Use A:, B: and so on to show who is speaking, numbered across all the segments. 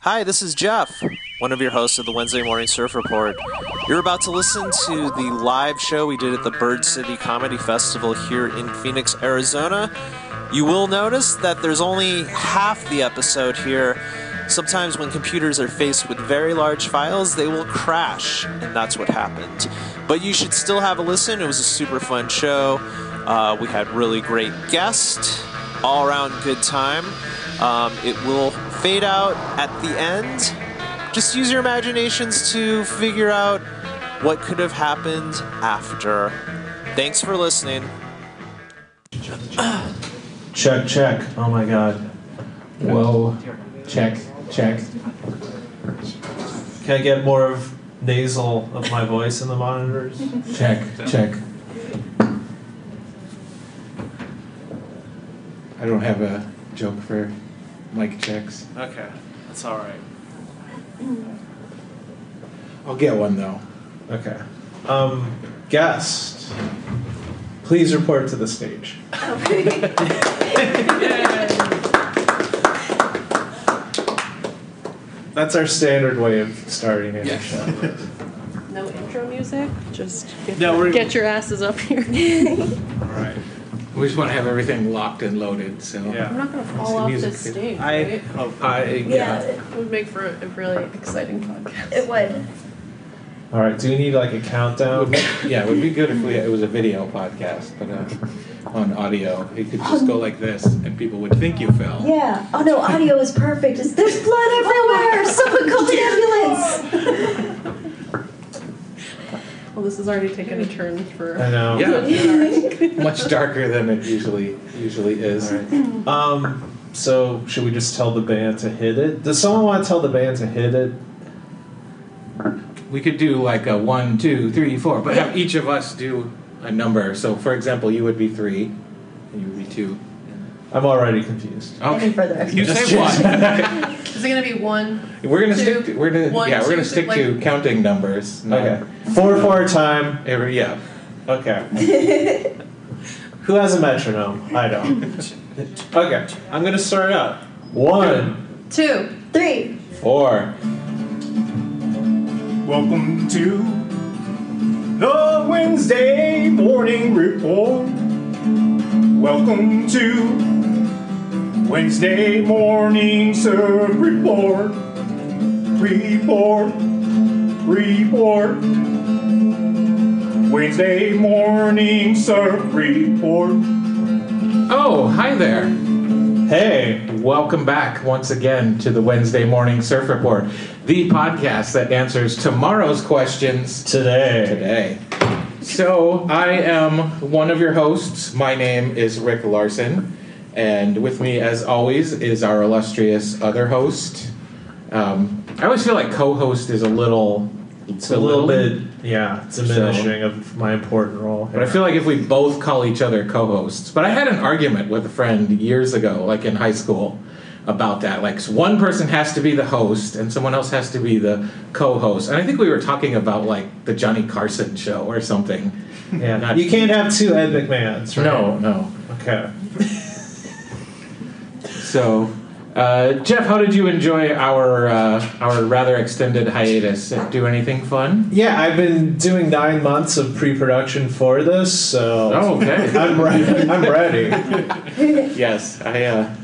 A: Hi, this is Jeff, one of your hosts of the Wednesday Morning Surf Report. You're about to listen to the live show we did at the Bird City Comedy Festival here in Phoenix, Arizona. You will notice that there's only half the episode here. Sometimes, when computers are faced with very large files, they will crash, and that's what happened. But you should still have a listen. It was a super fun show. Uh, we had really great guests, all around good time. Um, it will fade out at the end. Just use your imaginations to figure out what could have happened after. Thanks for listening. Check, check. Oh my god.
B: Whoa. Check. Check.
A: Can I get more of nasal of my voice in the monitors?
B: Check. Check. I don't have a joke for mic checks.
A: Okay, that's alright.
B: I'll get one though.
A: Okay. Um, guest, please report to the stage. That's our standard way of starting any show.
C: No intro music, just get,
A: No, we're-
C: get your asses up here.
A: All right.
B: We just want to have everything locked and loaded, so.
A: Yeah.
C: I'm not gonna fall off
B: music
C: this
B: video.
C: stage,
A: I.
C: right?
A: Oh,
B: I
D: Yeah,
B: yeah.
D: it,
C: It would make for a really exciting podcast.
D: it would.
A: all right. Do we need like a
B: It would
A: countdown?
B: be- yeah, it would be good if we it was a video podcast, but uh, on audio, it could just go like this, and people would think you fell.
D: Yeah. Oh no, audio is perfect. It's, there's blood everywhere. Someone call the ambulance.
C: Well, this has already taken a turn
A: I
B: Uh,
C: for.
A: know.
B: Yeah. Much darker than it usually usually is.
A: All right. Um. So should we just tell the band to hit it? Does someone want to tell the band to hit it?
B: We could do like a one, two, three, four, but have each of us do a number. So, for example, you would be three, and you would be two.
A: I'm already confused.
D: Any further
B: You
A: Just
B: say one.
C: Is it gonna be one?
B: we're gonna
C: Two,
B: stick. To, we're gonna
C: one,
B: yeah. We're
C: two,
B: gonna stick
C: like-
B: to counting numbers. not
A: Okay. Four four time.
B: Every yeah.
A: Okay. Who has a metronome? I don't. Okay. I'm gonna start out. One,
C: Two.
D: Three.
B: Four.
E: Welcome to the Wednesday morning report. Welcome to Wednesday morning surf report. Report, report. Wednesday morning surf report.
B: Oh, hi there.
A: hey.
B: Welcome back once again to the Wednesday Morning Surf Report, the podcast that answers tomorrow's questions
A: Today.
B: today. So, I am one of your hosts. My name is Rick Larson, and with me, as always, is our illustrious other host. Um, I always feel like co host is a little.
A: It's a little bit, yeah, diminishing of my important role.
B: But I feel like if we both call each other co-hosts, but I had an argument with a friend years ago, like in high school, about that. Like one person has to be the host and someone else has to be the co-host. And I think we were talking about like the Johnny Carson show or something.
A: yeah.
B: not-
A: you can't have two Ed McMahons, right?
B: No, no.
A: Okay.
B: So, uh, Jeff, how did you enjoy our uh, our rather extended hiatus? Uh, Do anything fun?
A: Yeah, I've been doing nine months of pre-production for this, so
B: Oh, okay.
A: I'm ready. I'm ready.
B: yes, I. Uh,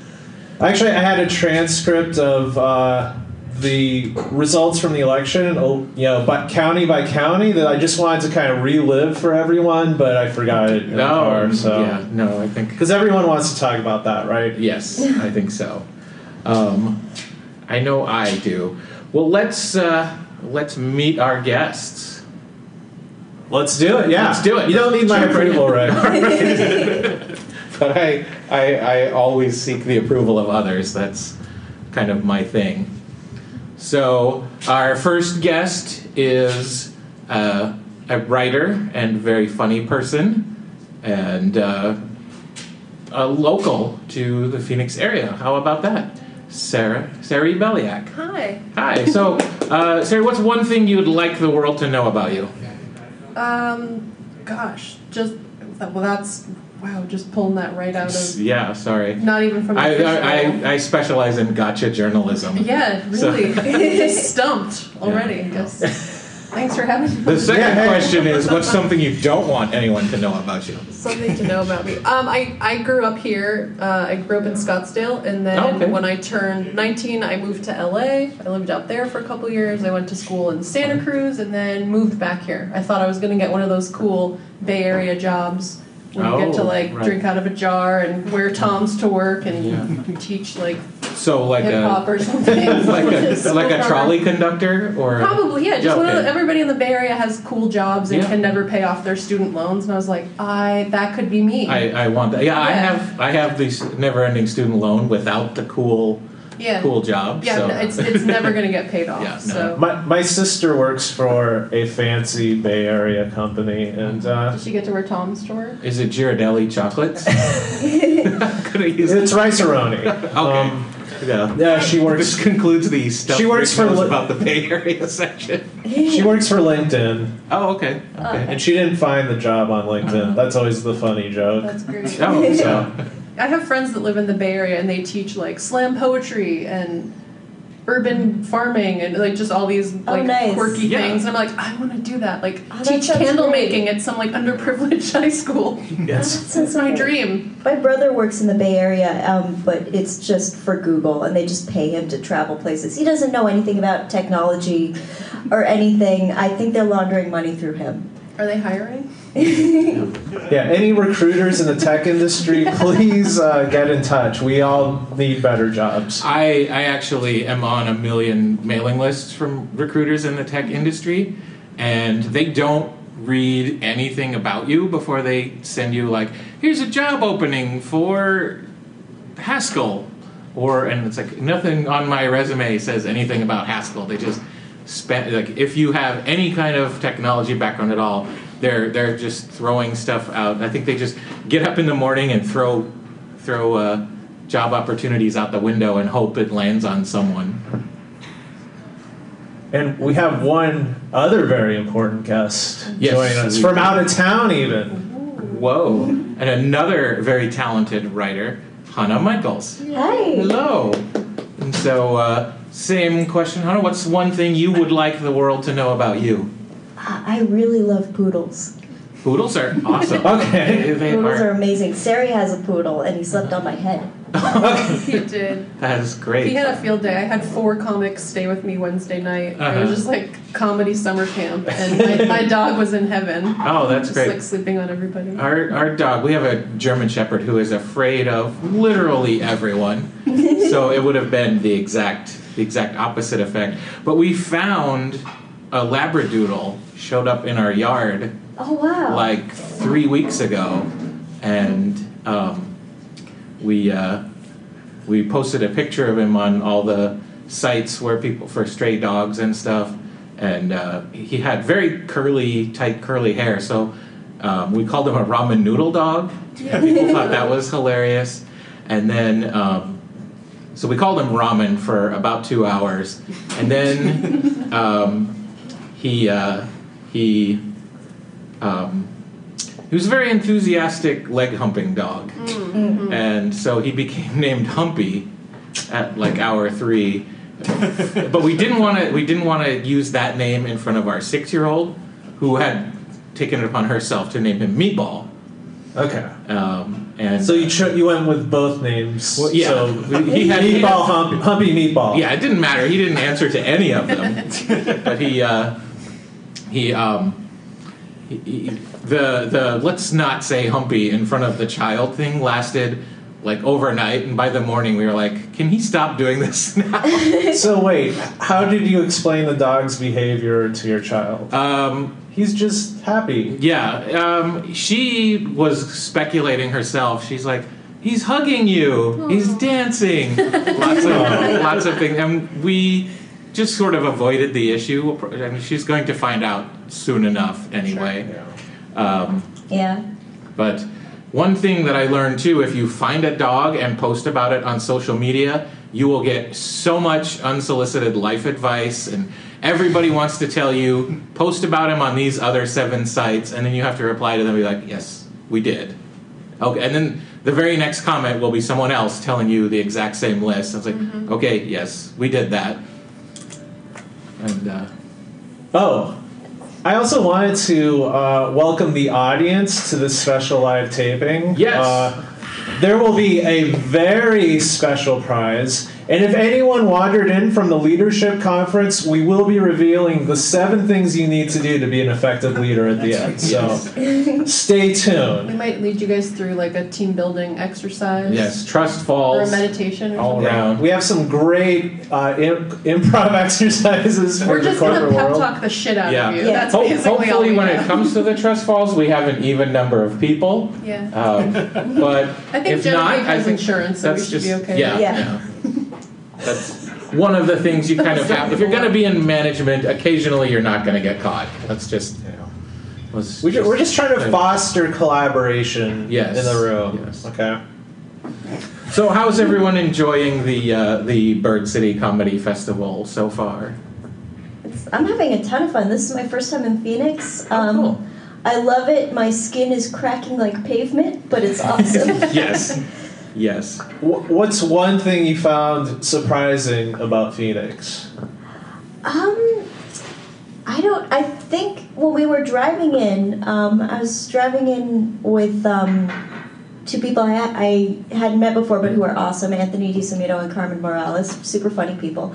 A: Actually, I had a transcript of uh, the results from the election, oh, you know, but county by county, that I just wanted to kind of relive for everyone, but I forgot it in the
B: no,
A: car.
B: um, yeah,
A: So,
B: no, I think
A: because everyone wants to talk about that, right?
B: Yes, I think so. Um, I know I do. Well, let's uh, let's meet our guests.
A: Let's do it. Yeah,
B: Let's do it.
A: You don't need my approval, right?
B: But I, I I always seek the approval of others. That's kind of my thing. So our first guest is uh, a writer and very funny person, and uh, a local to the Phoenix area. How about that, Sarah Sari Beliak?
C: Hi.
B: Hi. So, uh, Sarah, what's one thing you'd like the world to know about you?
C: Um, gosh, just well, that's Wow, just pulling that right out of
B: Yeah, sorry.
C: not even from the
B: I,
C: original.
B: I, I, I specialize in gotcha journalism.
C: Yeah,
B: So-
C: really. just stumped already. I guess. Thanks for having me.
B: The second
E: Yeah, hey.
B: question is what's something you don't want anyone to know about you?
C: Something to know about me. Um, I, I grew up here. Uh, I grew up in Scottsdale, and then
B: Oh, Okay.
C: when I turned 19, I moved to LA. I lived out there for a couple years. I went to school in Santa Cruz, and then moved back here. I thought I was going to get one of those cool Bay Area jobs where you get to
B: Oh,
C: like
B: right.
C: drink out of a jar and wear toms to work and teach like
B: So, like
C: hip hop
B: a.
C: or something.
B: Like a,
C: School
B: like a
C: program.
B: trolley conductor or
C: Probably, yeah. Just
B: Yeah,
C: one of
B: okay.
C: the, everybody in the Bay Area has cool jobs and
B: Yeah.
C: can never pay off their student loans. And I was like, I that could be me.
B: I, I want that. Yeah, I
C: Yeah.
B: have I have the s- never-ending student loan without the cool
C: yeah,
B: cool job.
C: yeah.
B: so. uh,
C: no, It's it's never gonna get paid off.
B: Yeah, no.
C: So
E: My, my sister works for a fancy Bay Area company, and uh,
C: did she get to wear Tom's to work?
B: Is it Ghirardelli chocolates? Could I use
E: it's Riceroni.
B: Um, yeah.
E: yeah, she
B: This
E: works.
B: concludes the stuff.
E: She works
B: Rick
E: for
B: knows
E: Lo-
B: about the Bay Area section.
E: She works for LinkedIn,
B: Oh, okay.
C: Uh.
B: Okay.
E: and she didn't find the job on
B: Uh-huh.
E: LinkedIn. That's always the funny joke.
C: That's great.
B: Oh, so
E: So
C: I have friends that live in the Bay Area and they teach like slam poetry and urban farming and like just all these like
D: Oh, nice.
C: quirky
B: Yeah.
C: things. And I'm like, I want to do that. Like
D: Oh, that
C: teach
D: sounds
C: candle
D: great.
C: making at some like underprivileged high school.
B: yes.
C: That's my dream.
D: My brother works in the Bay Area, um, but it's just for Google, and they just pay him to travel places. He doesn't know anything about technology or anything. I think they're laundering money through him.
C: Are they hiring?
E: yeah, any recruiters in the tech industry, please uh, get in touch. We all need better jobs.
B: I, I actually am on a million mailing lists from recruiters in the tech industry, and they don't read anything about you before they send you like, here's a job opening for Haskell, or and it's like nothing on my resume says anything about Haskell. They just spend like if you have any kind of technology background at all, they're they're just throwing stuff out. I think they just get up in the morning and throw throw uh, job opportunities out the window and hope it lands on someone.
E: And we have one other very important guest
B: Yes,
E: joining us
B: we-
E: from out of town, even.
B: Whoa! And another very talented writer, Hannah Michaels.
D: Hi.
B: Hello. And so, uh, same question, Hannah. What's one thing you would like the world to know about you?
D: I I really love poodles.
B: Poodles are awesome.
E: Okay.
B: They- they
D: Poodles
B: are-
D: are amazing. Sari has a poodle, and he slept on my head.
C: He did.
B: That is great.
C: He had a field day. I had four comics stay with me Wednesday night. It
B: Uh-huh.
C: was just like comedy summer camp, and my, my dog was in heaven.
B: Oh, that's
C: just
B: great.
C: like sleeping on everybody.
B: Our, our dog, we have a German Shepherd who is afraid of literally everyone. so it would have been the exact the exact opposite effect. But we found a Labradoodle showed up in our yard
D: Oh wow.
B: like three weeks ago, and um, we uh, we posted a picture of him on all the sites where people for stray dogs and stuff. And uh, he had very curly, tight, curly hair. So um, we called him a ramen noodle dog. And people thought that was hilarious. And then um, so we called him ramen for about two hours, and then um, he uh, he um, he was a very enthusiastic leg humping dog, and so he became named Humpy at like hour three. but we didn't want to we didn't want to use that name in front of our six year old, who had taken it upon herself to name him Meatball.
E: Okay.
B: Um, and
E: So you cho- you went with both names.
B: Well, yeah.
E: So
B: He had- he had-
E: meatball, hump, humpy meatball.
B: Yeah, it didn't matter. He didn't answer to any of them. but he, uh, he, um, he, he, the the let's not say humpy in front of the child thing lasted like overnight, and by the morning we were like, can he stop doing this now?
E: So wait, how did you explain the dog's behavior to your child?
B: Um,
E: He's just happy.
B: yeah, um, she was speculating herself. She's like. He's hugging you. He's dancing. Lots of lots of things, and we just sort of avoided the issue. And she's going to find out soon enough, anyway. Um,
D: yeah.
B: but one thing that I learned too if you find a dog and post about it on social media, you will get so much unsolicited life advice, and everybody wants to tell you, post about him on these other seven sites, and then you have to reply to them and be like, yes, we did. Okay, and then the very next comment will be someone else telling you the exact same list. I was like, okay, yes, we did that. And uh,
E: Oh, I also wanted to uh, welcome the audience to this special live taping.
B: Yes.
E: Uh, there will be a very special prize. And if anyone wandered in from the leadership conference, we will be revealing the seven things you need to do to be an effective leader at the end. So stay
C: We
E: tuned.
C: might lead you guys through like a team building exercise.
B: yes, trust
C: Or a
B: falls.
C: meditation or
B: All
C: something.
B: right.
E: Yeah, we have some great uh, imp- improv exercises for
C: We're
E: the
C: just gonna
E: corporate
C: pep
E: world.
C: talk the shit out
B: Yeah.
C: of you.
D: Yeah.
C: That's
B: Ho-
C: basically all
B: hopefully,
C: we
B: when it
C: have.
B: comes to the trust falls, we have an even number of people.
C: Yeah.
B: Um, but
C: I think
B: if
C: Jenna
B: not,
C: Baker
B: I
C: has
B: think
C: insurance, so we
B: that's
C: should be
B: just-
C: okay.
B: Yeah,
D: Yeah.
B: yeah. that's one of the things you kind of have. If you're going to be in management, occasionally you're not going to get caught. That's just you know. let's
E: We ju- we're just trying to
B: Yeah.
E: foster collaboration
B: Yes.
E: in the room.
B: Yes.
E: Okay.
B: So, how's everyone enjoying the uh, the Bird City Comedy Festival so far?
D: It's, I'm having a ton of fun. This is my first time in Phoenix.
B: Oh,
D: Um,
B: cool.
D: I love it. My skin is cracking like pavement, but it's awesome.
B: yes, yes.
E: Wh- What's one thing you found surprising about Phoenix?
D: Um, I don't. I think when we were driving in, um, I was driving in with um, two people I, I hadn't met before, but who are awesome: Anthony DiSimito and Carmen Morales, super funny people.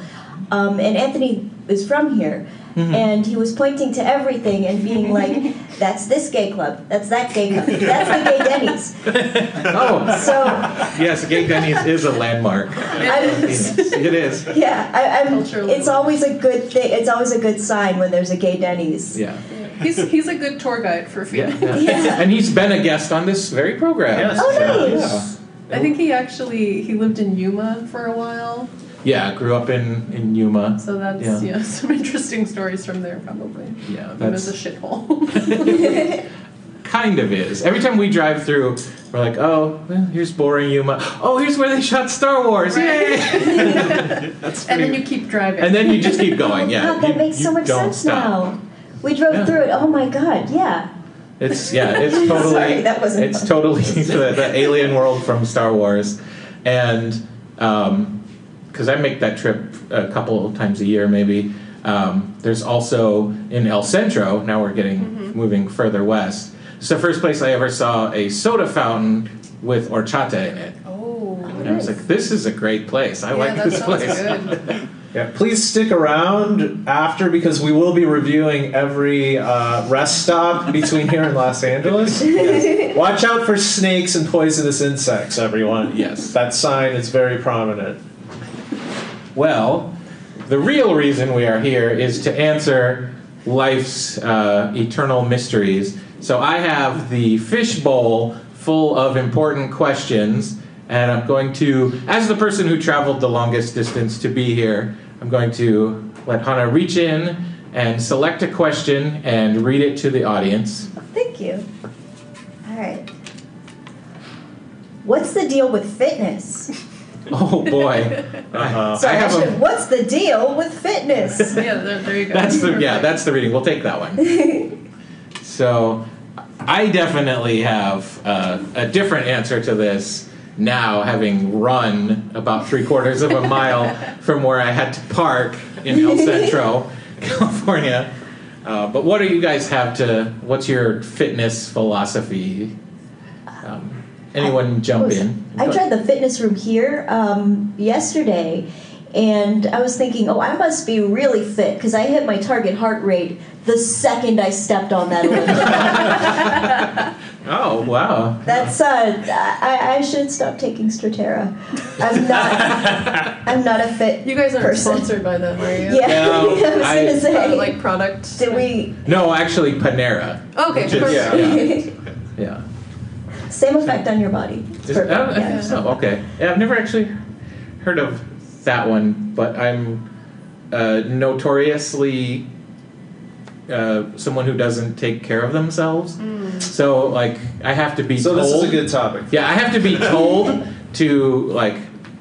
D: Um, and Anthony is from here, and he was pointing to everything and being like, "That's this gay club. That's that gay club. That's the gay Denny's."
B: Oh,
D: So
B: yes. Gay Denny's is a landmark.
D: I was.
B: It is.
D: Yeah, I, I'm.
C: Culturally.
D: It's always a good thing. It's always a good sign when there's a gay Denny's.
B: Yeah.
C: He's he's a good tour guide for
B: Yeah,
C: Phoenix.
B: yeah.
D: Yeah.
B: And he's been a guest on this very program.
E: Yes.
D: Oh,
B: So,
D: nice.
C: I think he actually he lived in Yuma for a while,
B: Yeah, grew up in, in Yuma.
C: so that's
B: Yeah.
C: yeah, some interesting stories from there probably.
B: Yeah,
C: Yuma's a
B: that's
C: shithole.
B: kind of is. Every time we drive through, we're like, oh, well, here's boring Yuma. Oh, here's where they shot Star Wars.
C: Right.
B: Yay! that's
C: and then
B: pretty-
C: you keep driving.
B: and then you just keep going. Yeah,
D: God, that
B: you,
D: makes so
B: you
D: much
B: don't
D: sense
B: stop.
D: now. We drove
B: Yeah.
D: through it. Oh my god, yeah.
B: It's yeah, it's totally
D: Sorry, that wasn't
B: it's
D: fun.
B: totally the, the alien world from Star Wars, and because I make that trip a couple of times a year, maybe. Um, there's also in El Centro. Now we're getting
C: Mm-hmm.
B: moving further west. It's the first place I ever saw a soda fountain with horchata in it,
C: oh,
B: and I was like, "This is a great place. I
C: yeah,
B: like
C: that
B: this
C: sounds
B: place."
C: good.
E: Yeah, please stick around after because we will be reviewing every uh, rest stop between here and Los Angeles. Watch out for snakes and poisonous insects, everyone.
B: Yes.
E: That sign is very prominent.
B: Well, the real reason we are here is to answer life's uh, eternal mysteries. So I have the fishbowl full of important questions, and I'm going to, as the person who traveled the longest distance to be here, I'm going to let Hannah reach in and select a question and read it to the audience.
D: Thank you. All right. What's the deal with fitness?
B: Oh boy.
E: Uh-huh.
D: So
B: Uh, I have
D: actually,
B: a-
D: what's the deal with fitness?
C: Yeah, there, there you go.
B: That's the yeah, that's the reading. We'll take that one. so, I definitely have uh, a different answer to this now, having run about three quarters of a mile from where I had to park in El Centro, California. Uh, but what do you guys have to? What's your fitness philosophy? Um, anyone jump in?
D: I tried the fitness room here um, yesterday, and I was thinking, oh, I must be really fit because I hit my target heart rate the second I stepped on that elliptical.
B: Oh wow!
D: That's uh, I, I should stop taking Stratera. I'm not. I'm not a fit.
C: You guys aren't
D: person.
C: sponsored by them, are you?
D: Yeah,
B: No,
D: I was gonna
B: I-
D: say.
C: Uh, like product.
D: did we?
B: No, actually, Panera.
C: Okay,
B: Just-
C: perfect.
B: yeah. Yeah.
D: Same effect on your body. It's
B: Is, oh,
D: perfect,
B: I
D: yeah.
B: think so. Okay. Yeah, I've never actually heard of that one, but I'm uh, notoriously uh, someone who doesn't take care of themselves. So, like, I have to be
E: So
B: told.
E: this is a good topic.
B: Yeah, I have to be told to like,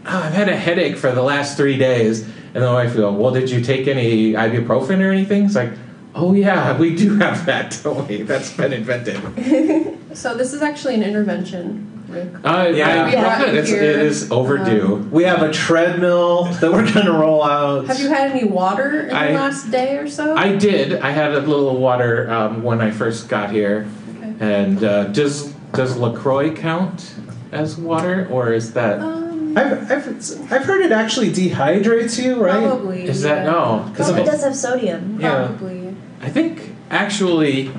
B: oh, I've had a headache for the last three days, and then I feel, well, did you take any ibuprofen or anything? It's like, oh yeah, we do have that, don't we? That's been invented.
C: so this is actually an intervention, Rick.
B: Uh,
E: Yeah. um,
B: I-
C: We brought you
B: it's,
C: here.
B: it is overdue.
E: We have a treadmill that we're going to roll out.
C: Have you had any water in
B: I-
C: the last day or so?
B: I did. I had a little water um, when I first got here,
C: Okay.
B: and uh, does does Lacroix count as water, or is that
C: Um,
E: I've, I've, I've heard it actually dehydrates you, right?
C: Probably.
B: is that
C: yeah.
B: no?
E: Because
D: Because
E: of
D: it
E: a-
D: does have sodium.
E: Yeah.
C: Probably.
B: I think actually,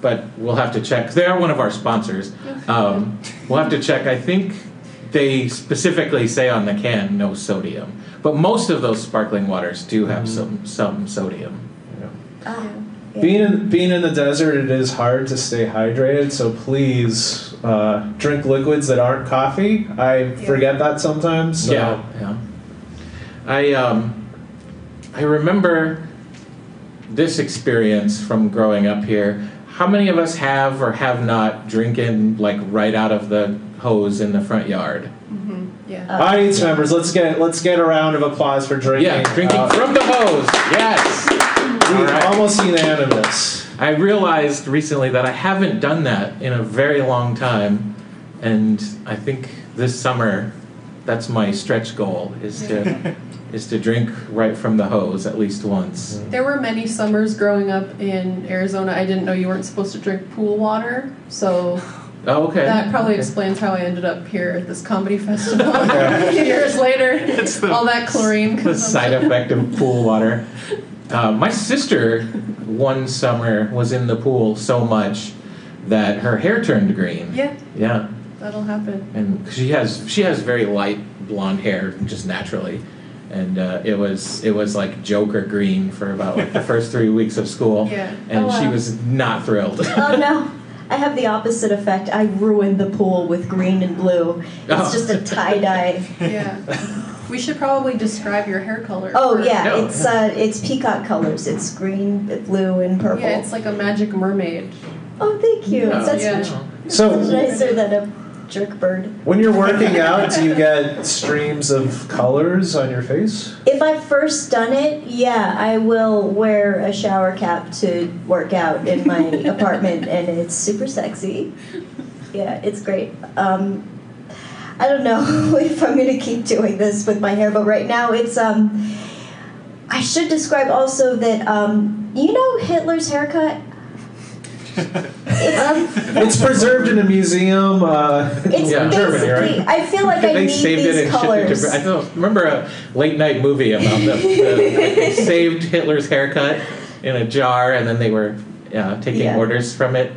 B: but we'll have to check. They are one of our sponsors. Um, we'll have to check. I think they specifically say on the can no sodium, but most of those sparkling waters do have some some sodium.
D: Ah, yeah.
E: Being in, being in the desert, it is hard to stay hydrated, so please uh, drink liquids that aren't coffee. I forget that sometimes. So.
B: Yeah, yeah. I um, I remember this experience from growing up here. How many of us have or have not drinking like right out of the hose in the front yard?
C: Yeah.
D: Oh.
E: Audience members, let's get let's get a round of applause for drinking.
B: Yeah, drinking
E: Uh,
B: from the hose. Yes.
E: we-
B: All right.
E: Almost unanimous.
B: I realized recently that I haven't done that in a very long time, and I think this summer, that's my stretch goal is to is to drink right from the hose at least once.
C: There were many summers growing up in Arizona. I didn't know you weren't supposed to drink pool water, so
B: Oh, okay.
C: that probably explains how I ended up here at this comedy festival years later. all that chlorine.
B: the side effect of pool water. Uh, my sister, one summer, was in the pool so much that her hair turned green.
C: Yeah,
B: Yeah.
C: that'll happen.
B: and she has she has very light blonde hair just naturally and uh, it was it was like joker green for about like the first three weeks of school
C: Yeah.
B: and
D: Oh,
B: she
D: wow.
B: was not thrilled
D: Oh no. I have the opposite effect. I ruined the pool with green and blue. It's
B: Oh.
D: just a tie dye.
C: Yeah. We should probably describe your hair color.
D: Oh
C: first.
D: yeah,
B: No.
D: it's uh, it's peacock colors. It's green, blue, and purple.
C: Yeah, it's like a magic mermaid.
D: oh, thank you.
B: No,
D: That's
C: Yeah.
D: much
E: So
D: nicer than a jerk bird.
E: When you're working out, do you get streams of colors on your face?
D: If I've first done it, yeah, I will wear a shower cap to work out in my apartment, and it's super sexy. Yeah, it's great. Um, I don't know if I'm gonna keep doing this with my hair, but right now it's. Um, I should describe also that um, you know Hitler's haircut. It's,
E: It's preserved in a museum. Uh,
D: it's
B: Yeah.
E: in Germany,
D: basically.
E: right?
D: I feel like I
B: they
D: need
B: saved
D: these
B: it and
D: colors.
B: shipped it. To, I don't remember a late night movie about the, the saved Hitler's haircut in a jar, and then they were uh, taking
D: Yeah.
B: orders from it.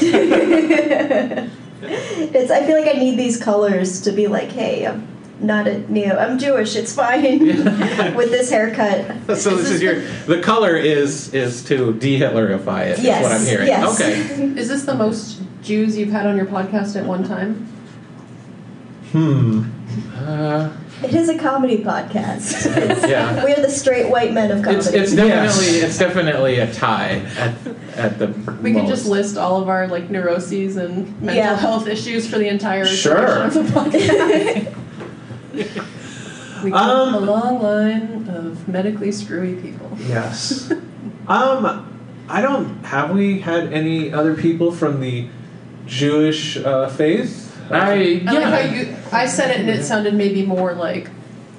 D: It's. I feel like I need these colors to be like, hey, I'm not a neo. I'm Jewish. It's fine with this haircut.
B: So this is your the color is is to de-Hitlerify it. is
D: Yes,
B: what I'm hearing.
D: yes.
B: Okay.
C: Is this the most Jews you've had on your podcast at one time?
E: Hmm.
B: Uh,
D: It is a comedy podcast.
B: Yeah.
D: We're the straight white men of comedy.
B: It's, it's
E: Yes.
B: definitely it's definitely a tie at, at the
C: We
B: most.
C: could just list all of our like neuroses and mental
D: Yeah.
C: health issues for the entire
E: Sure.
C: duration of the podcast. we got
E: Um,
C: a long line of medically screwy people.
E: Yes. Um, I don't. Have we had any other people from the Jewish uh, faith?
B: I yeah.
C: I like how you. I said it and it sounded maybe more like,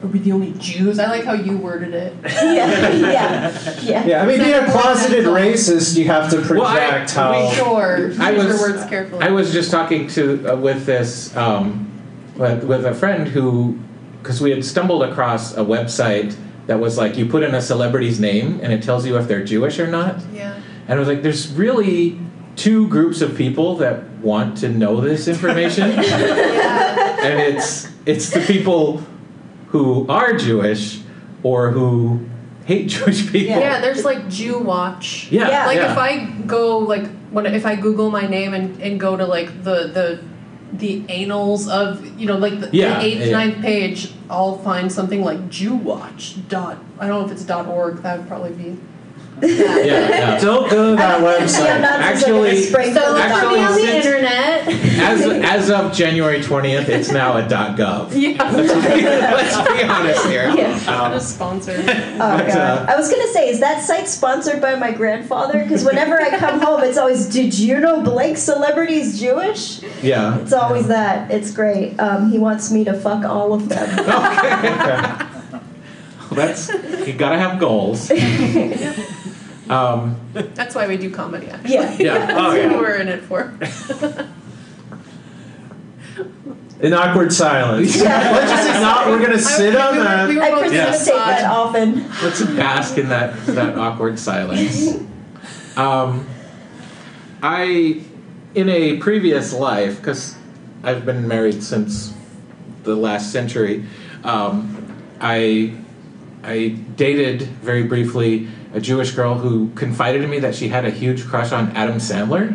C: "Are we the only Jews?" I like how you worded it.
D: yeah, yeah, yeah.
E: Yeah, I mean, being a closeted racist, you have to project
B: Well, I- we
E: how.
C: Sure,
B: Oh. I
C: use
B: was-
C: your words carefully.
B: I was just talking to uh, with this um, with, with a friend who because we had stumbled across a website that was like you put in a celebrity's name and it tells you if they're Jewish or not.
C: yeah.
B: And I was like, there's really two groups of people that want to know this information. and
C: yeah.
B: it's it's the people who are Jewish or who hate Jewish people.
C: Yeah, there's like Jew Watch.
B: Yeah.
D: Yeah.
C: Like
B: yeah.
C: if I go like when if I Google my name and, and go to like the the the anals of you know like the, the
B: Yeah,
C: eighth
B: yeah.
C: ninth page, I'll find something like Jew Watch dot I don't know if it's dot org. That would probably be
B: Yeah, yeah.
E: Don't go to that
D: I'm
E: website.
D: not just like,
B: Actually-
D: gonna spring
C: So look
B: Actually,
C: on the
B: since-
C: internet.
B: As, as of January 20th, it's now a .gov.
C: yeah.
B: Let's be honest here. Um,
C: Not a sponsor.
D: Oh
B: But,
D: god!
B: uh,
D: I was gonna say, is that site sponsored by my grandfather? Because whenever I come home, it's always, "Did you know Blake celebrity's Jewish?"
B: Yeah.
D: It's always that. It's great. Um, he wants me to fuck all of them.
B: That's you gotta have goals. um,
C: That's why we do comedy. Actually.
D: Yeah.
B: yeah. Oh
C: That's what
B: yeah.
C: we're in it for.
E: An awkward silence.
D: Yeah.
E: Let's just not. We're gonna sit
C: I-
E: on
C: we were-
E: that.
C: we were
D: I
C: both
D: precipitate
C: massaged.
D: that often.
B: Let's bask in that that awkward silence. Um, I, in a previous life, because I've been married since the last century, um, I I dated very briefly a Jewish girl who confided to me that she had a huge crush on Adam Sandler,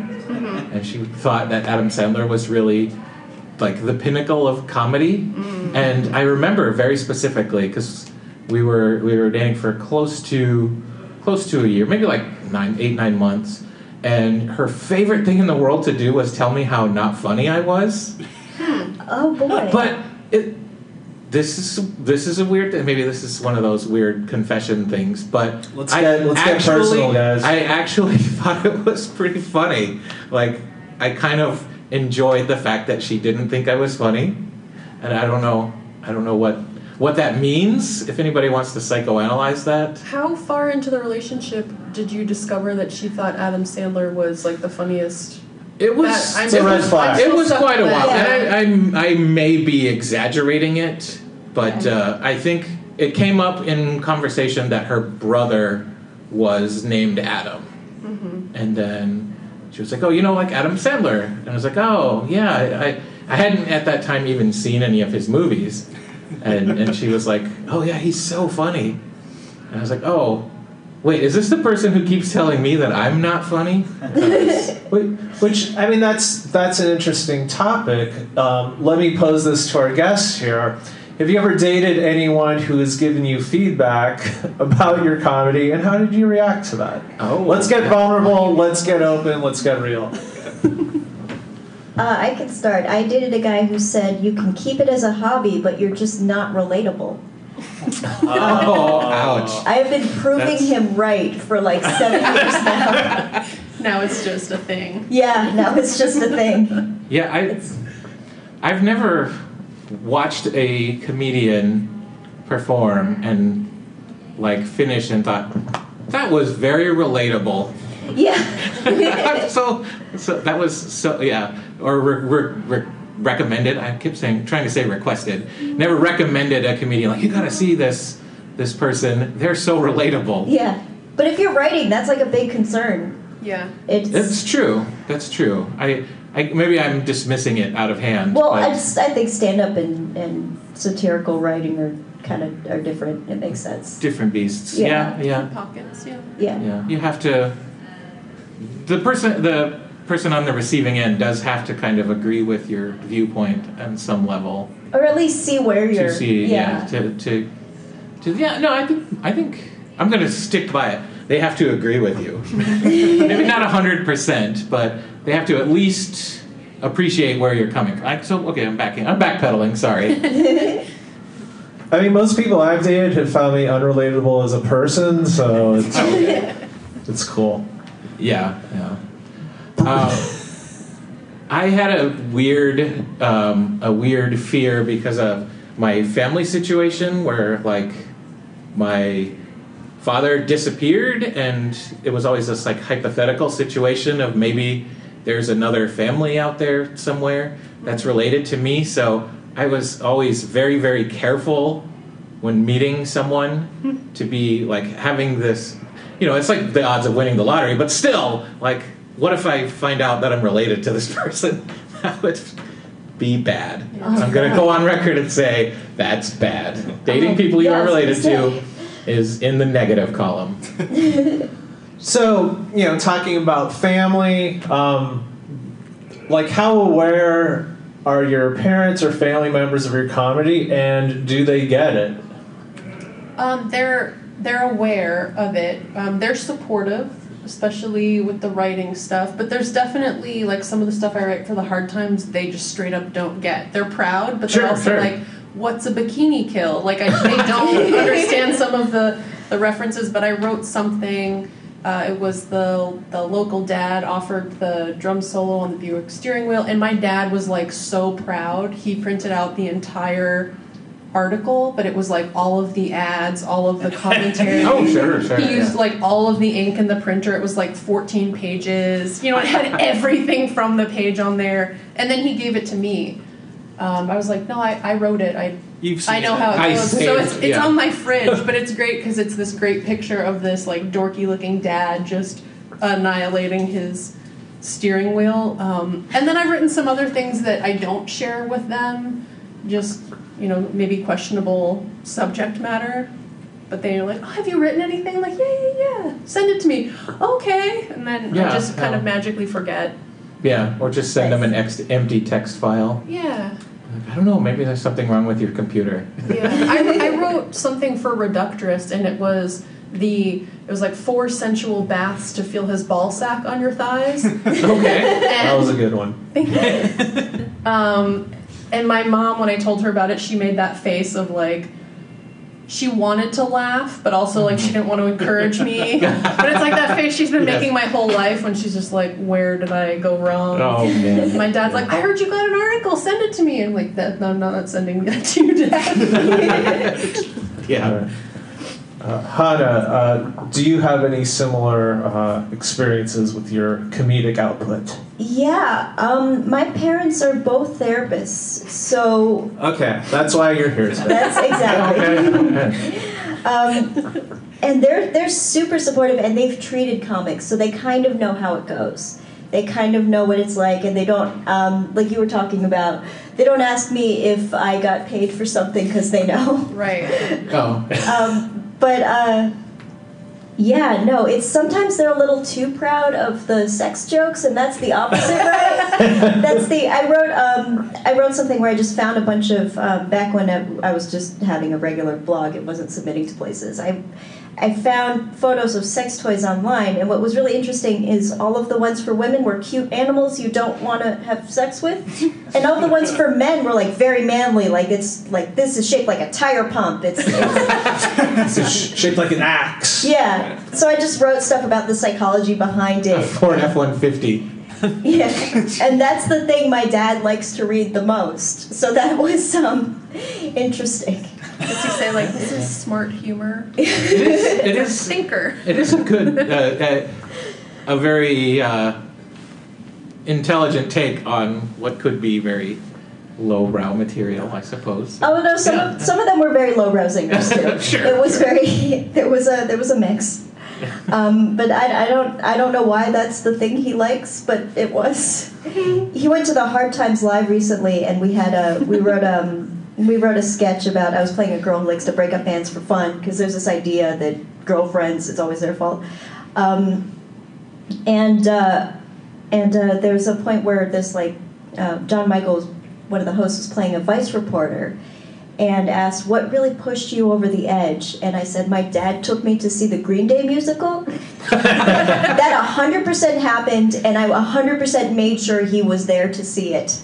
B: and she thought that Adam Sandler was really like the pinnacle of comedy. And I remember very specifically because we were we were dating for close to close to a year, maybe like nine, eight, nine months. And her favorite thing in the world to do was tell me how not funny I was.
D: Oh boy.
B: But it, this is this is a weird thing. Maybe this is one of those weird confession things. But
E: Let's
B: I
E: get- let's get
B: actually-
E: personal, guys.
B: I actually thought it was pretty funny. Like I kind of enjoyed the fact that she didn't think I was funny, and I don't know. I don't know what what that means. If anybody wants to psychoanalyze that,
C: How far into the relationship did you discover that she thought Adam Sandler was like the funniest?
B: it was.
C: That- I'm
E: It's a red
C: I'm
E: flag.
C: still
B: It was
C: stuck
B: quite a
C: with
B: while,
C: that.
B: and I, I, I may be exaggerating it, but uh, I think it came up in conversation that her brother was named Adam,
C: Mm-hmm.
B: and then she was like, "Oh, you know, like Adam Sandler," and I was like, "Oh, yeah." I, I, I hadn't at that time even seen any of his movies, and and she was like, "Oh yeah, he's so funny," and I was like, "Oh." Wait, is this the person who keeps telling me that I'm not funny?
E: Whi- Which I mean, that's that's an interesting topic. Um, let me pose this to our guests here. Have you ever dated anyone who has given you feedback about your comedy, and how did you react to that?
B: Oh.
E: Let's get vulnerable. Let's get open. Let's get real.
D: Uh, I can start. I dated a guy who said, "You can keep it as a hobby, but you're just not relatable."
B: Oh, ouch.
D: I have been proving
E: That's-
D: him right for like seven years now.
C: Now it's just a thing.
D: Yeah, now it's just a thing.
B: Yeah, I, I've never watched a comedian perform and like finish and thought that was very relatable.
D: Yeah.
B: so, so that was so yeah, or re- re- re- recommended. I keep saying trying to say requested. Never recommended a comedian like you got to see this this person. They're so relatable.
D: yeah. But if you're writing, that's like a big concern.
C: Yeah.
D: It's
B: That's true. That's true. I, I maybe I'm dismissing it out of hand.
D: well,
B: but-
D: I just I think stand up and, and satirical writing are kind of are different. It makes sense.
B: different beasts.
D: Yeah.
B: yeah. yeah.
C: Pockets. Yeah.
D: Yeah.
B: Yeah, you have to. The person, the person on the receiving end, does have to kind of agree with your viewpoint on some level
D: Or at least see where you're.
B: to see.
D: yeah.
B: to, to to yeah. No, I think I think I'm going to stick by it. They have to agree with you. Maybe not hundred percent, but they have to at least appreciate where you're coming. From. I, so okay, I'm backing. I'm backpedaling. Sorry.
E: I mean, most people I've dated have found me unrelatable as a person, so it's it's cool.
B: Yeah, yeah. Um, I had a weird, um, a weird fear because of my family situation, where like my father disappeared, and it was always this like hypothetical situation of maybe there's another family out there somewhere that's related to me. So I was always very, very careful when meeting someone to be like having this you know it's like the odds of winning the lottery but still like what if i find out that i'm related to this person that would be bad i'm going to go on record and say that's bad dating people you
D: yeah, I
B: aren't
D: was
B: related
D: gonna
B: to is in the negative column
E: So, you know, talking about family, um, like how aware are your parents or family members of your comedy and do they get it?
C: Um, they're they're aware of it. Um, they're supportive, especially with the writing stuff. But there's definitely like some of the stuff I write for the hard times. They just straight up don't get. They're proud, but
E: Sure,
C: they're also
E: sure.
C: like, "What's a bikini kill?" Like I, they don't understand some of the the references. But I wrote something. Uh, it was the the local dad offered the drum solo on the Buick steering wheel, and my dad was like so proud. He printed out the entire article, but it was like all of the ads, all of the commentary.
B: Oh, sure, sure.
C: He used
B: yeah.
C: like all of the ink in the printer. It was like 14 pages. You know, it had everything from the page on there. And then he gave it to me. Um, I was like, no, I, I wrote it. I
A: You've seen
C: I know how
B: I
C: it goes.
B: saved-
C: So it's, it's
B: yeah.
C: on my fridge, but it's great because it's this great picture of this like dorky looking dad just annihilating his steering wheel. Um, and then I've written some other things that I don't share with them, just you know maybe questionable subject matter. But they're like, oh, have you written anything? Like, yeah, yeah, yeah. Send it to me. Okay. And then
B: Yeah,
C: I just kind
B: yeah.
C: of magically forget.
B: yeah, or just send them an ex- empty text file.
C: Yeah.
B: Like, I don't know, maybe there's something wrong with your computer.
C: Yeah, I, I wrote something for Reductress, and it was the it was like four sensual baths to feel his ball sack on your thighs.
B: okay.
E: That was
C: And
E: a good one.
C: um, and my mom, when I told her about it, she made that face of like. She wanted to laugh, but also like she didn't want to encourage me. But it's like that face she's been
B: Yes.
C: making my whole life when she's just like, "Where did I go wrong?"
B: Oh man.
C: My dad's like, "I heard you got an article. Send it to me." I'm like, "That no, I'm not sending that to you, Dad."
B: Yeah.
E: Uh, Hannah, uh, do you have any similar uh, experiences with your comedic output?
D: Yeah, um, my parents are both therapists, so
E: Okay, that's why you're here today.
D: that's exactly.
B: Okay.
D: um, and they're they're super supportive and they've treated comics so they kind of know how it goes they kind of know what it's like and they don't um, like you were talking about they don't ask me if i got paid for something because they know
C: right.
B: Oh.
D: um, but uh, yeah no it's sometimes they're a little too proud of the sex jokes and that's the opposite right that's the i wrote um, i wrote something where i just found a bunch of um, back when I, I was just having a regular blog it wasn't submitting to places i I found photos of sex toys online, and what was really interesting is all of the ones for women were cute animals you don't want to have sex with, and all the ones for men were like very manly, like it's like this is shaped like a tire pump. It's, it's
E: It's sh- shaped like an axe.
D: yeah. So I just wrote stuff about the psychology behind it.
B: For an F one fifty.
D: Yeah, and that's the thing my dad likes to read the most. So that was um, interesting.
C: Does he say like this is smart humor?
B: It is it is
C: Stinker.
B: It is a good, uh, uh, a very uh, intelligent take on what could be very lowbrow material, I suppose.
D: Oh no, some of, some of them were very low rosingers too.
B: Sure,
D: it was
B: sure.
D: very there was a there was a mix. Um, but I, I don't I don't know why that's the thing he likes, but it was. He went to the Hard Times Live recently, and we had a we wrote um we wrote a sketch about I was playing a girl who likes to break up bands for fun because there's this idea that girlfriends it's always their fault. Um, and uh, and uh, there was a point where this like uh, John Michaels, one of the hosts, was playing a Vice reporter, and asked what really pushed you over the edge. And I said my dad took me to see the Green Day musical. that hundred percent happened, and I hundred percent made sure he was there to see it.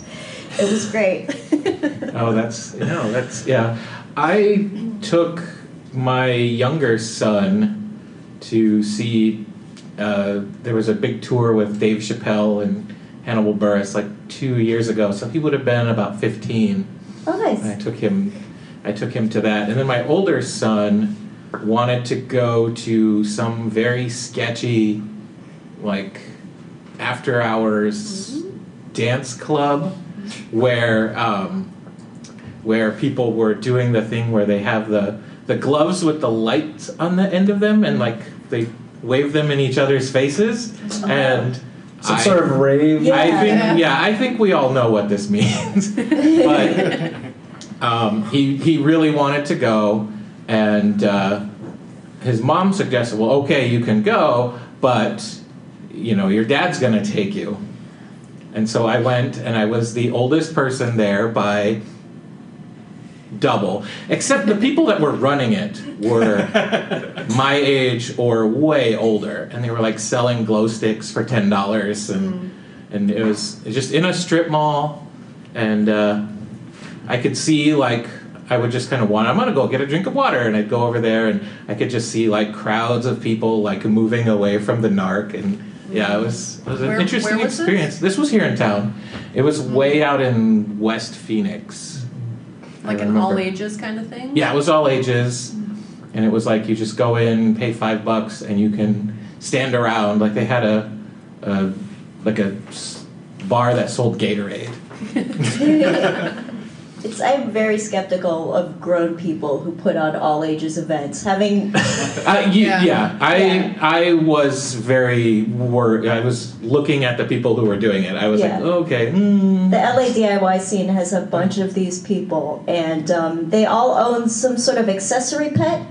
D: It was great.
B: Oh, that's no, that's yeah. I took my younger son to see. Uh, there was a big tour with Dave Chappelle and Hannibal Burris like two years ago, so he would have been about fifteen.
D: Oh,
B: And I
D: nice.
B: took him, I took him to that, and then my older son wanted to go to some very sketchy, like, after hours dance club, where um, where people were doing the thing where they have the the gloves with the lights on the end of them, and like they wave them in each other's faces, and
E: Some
B: I-
E: sort of rave.
D: Yeah.
B: I think yeah, I think we all know what this means. but um, he he really wanted to go, and uh, his mom suggested, "Well, okay, you can go, but you know your dad's going to take you." And so I went, and I was the oldest person there by double. Except the people that were running it were my age or way older, and they were like selling glow sticks for ten dollars, and
C: Mm-hmm.
B: and it was just in a strip mall, and uh, I could see like. I would just kind of want. I'm gonna go get a drink of water, and I'd go over there, and I could just see like crowds of people like moving away from the narc, and yeah, it was it was an
C: Where-
B: interesting
C: where was this?
B: experience. This? was here in town. It was
C: Mm-hmm.
B: way out in West Phoenix. I
C: like an
B: remember.
C: all ages kind of thing.
B: Yeah, it was all ages, and it was like you just go in, pay five bucks, and you can stand around. Like they had a, a like a s- bar that sold Gatorade.
D: It's I'm very skeptical of grown people who put on all ages events. Having
B: Uh, you, yeah.
C: Yeah.
B: I
D: Yeah.
B: I was very worried. I was looking at the people who were doing it. I was
D: Yeah.
B: like, okay, hmm.
D: the LA DIY scene has a bunch of these people, and um, they all own some sort of accessory pet,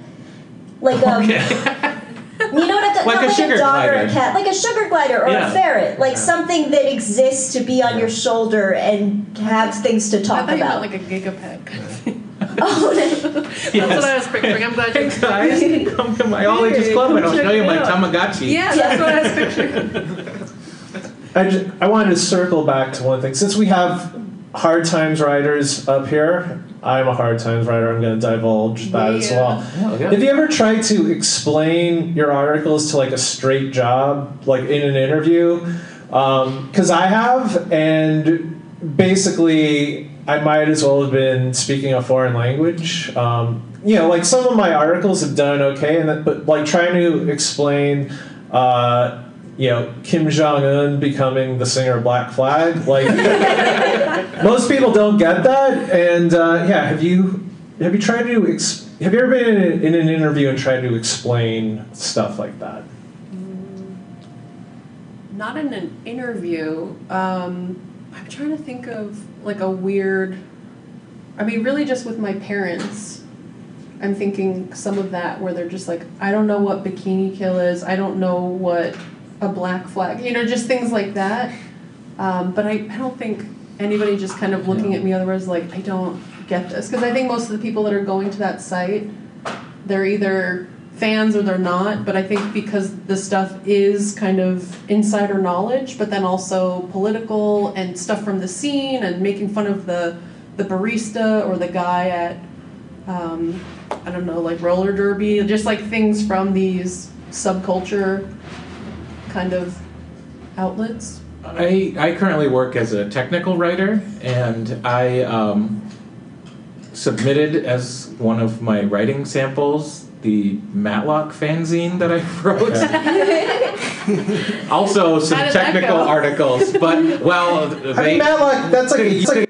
D: like
C: um,
D: a
B: okay.
D: you know what I thought?
B: Like
D: Not
B: a
D: like
B: sugar
D: a dog or a
B: glider.
D: cat, like a sugar glider or
B: Yeah.
D: a ferret, like something that exists to be on your shoulder and have things to
C: I
D: talk
C: thought you meant
D: about.
C: like a gigapet kind of thing.
D: oh, no.
C: That's
B: Yes.
C: what I was picturing. I'm glad you.
B: Hey guys, come to my all ages
C: Hey,
B: club
C: come
B: and I'll
C: check
B: show you
C: it
B: my
C: out.
B: Tamagotchi.
C: Yeah, that's what I was picturing.
E: I, ju- I wanted to circle back to one thing. Since we have hard times writers up here, I'm a hard times writer. I'm going to divulge that as
C: Yeah.
E: well.
B: Oh, yeah.
E: Have you ever tried to explain your articles to like a straight job, like in an interview? Because I have, and basically, I might as well have been speaking a foreign language. Um, you know, like some of my articles have done okay, and that, but like trying to explain. Uh, you know, Kim Jong Un becoming the singer of Black Flag. Like, most people don't get that. And uh, yeah, have you have you tried to ex- have you ever been in, in an interview and tried to explain stuff like that?
C: Not in an interview. Um, I'm trying to think of like a weird. I mean, really, just with my parents. I'm thinking some of that where they're just like, I don't know what bikini kill is. I don't know what a black flag. You know, just things like that. Um, but I, I don't think anybody just kind of looking at me otherwise like I don't get this because I think most of the people that are going to that site, they're either fans or they're not. But I think because the stuff is kind of insider knowledge, but then also political and stuff from the scene and making fun of the the barista or the guy at um, I don't know like roller derby, just like things from these subculture kind of outlets.
B: I, I currently work as a technical writer, and I um, submitted as one of my writing samples the Matlock fanzine that I wrote. also, some
C: How did that
B: technical
C: go?
B: articles, but well,
E: I mean,
B: they.
E: Matlock, that's like a, it's like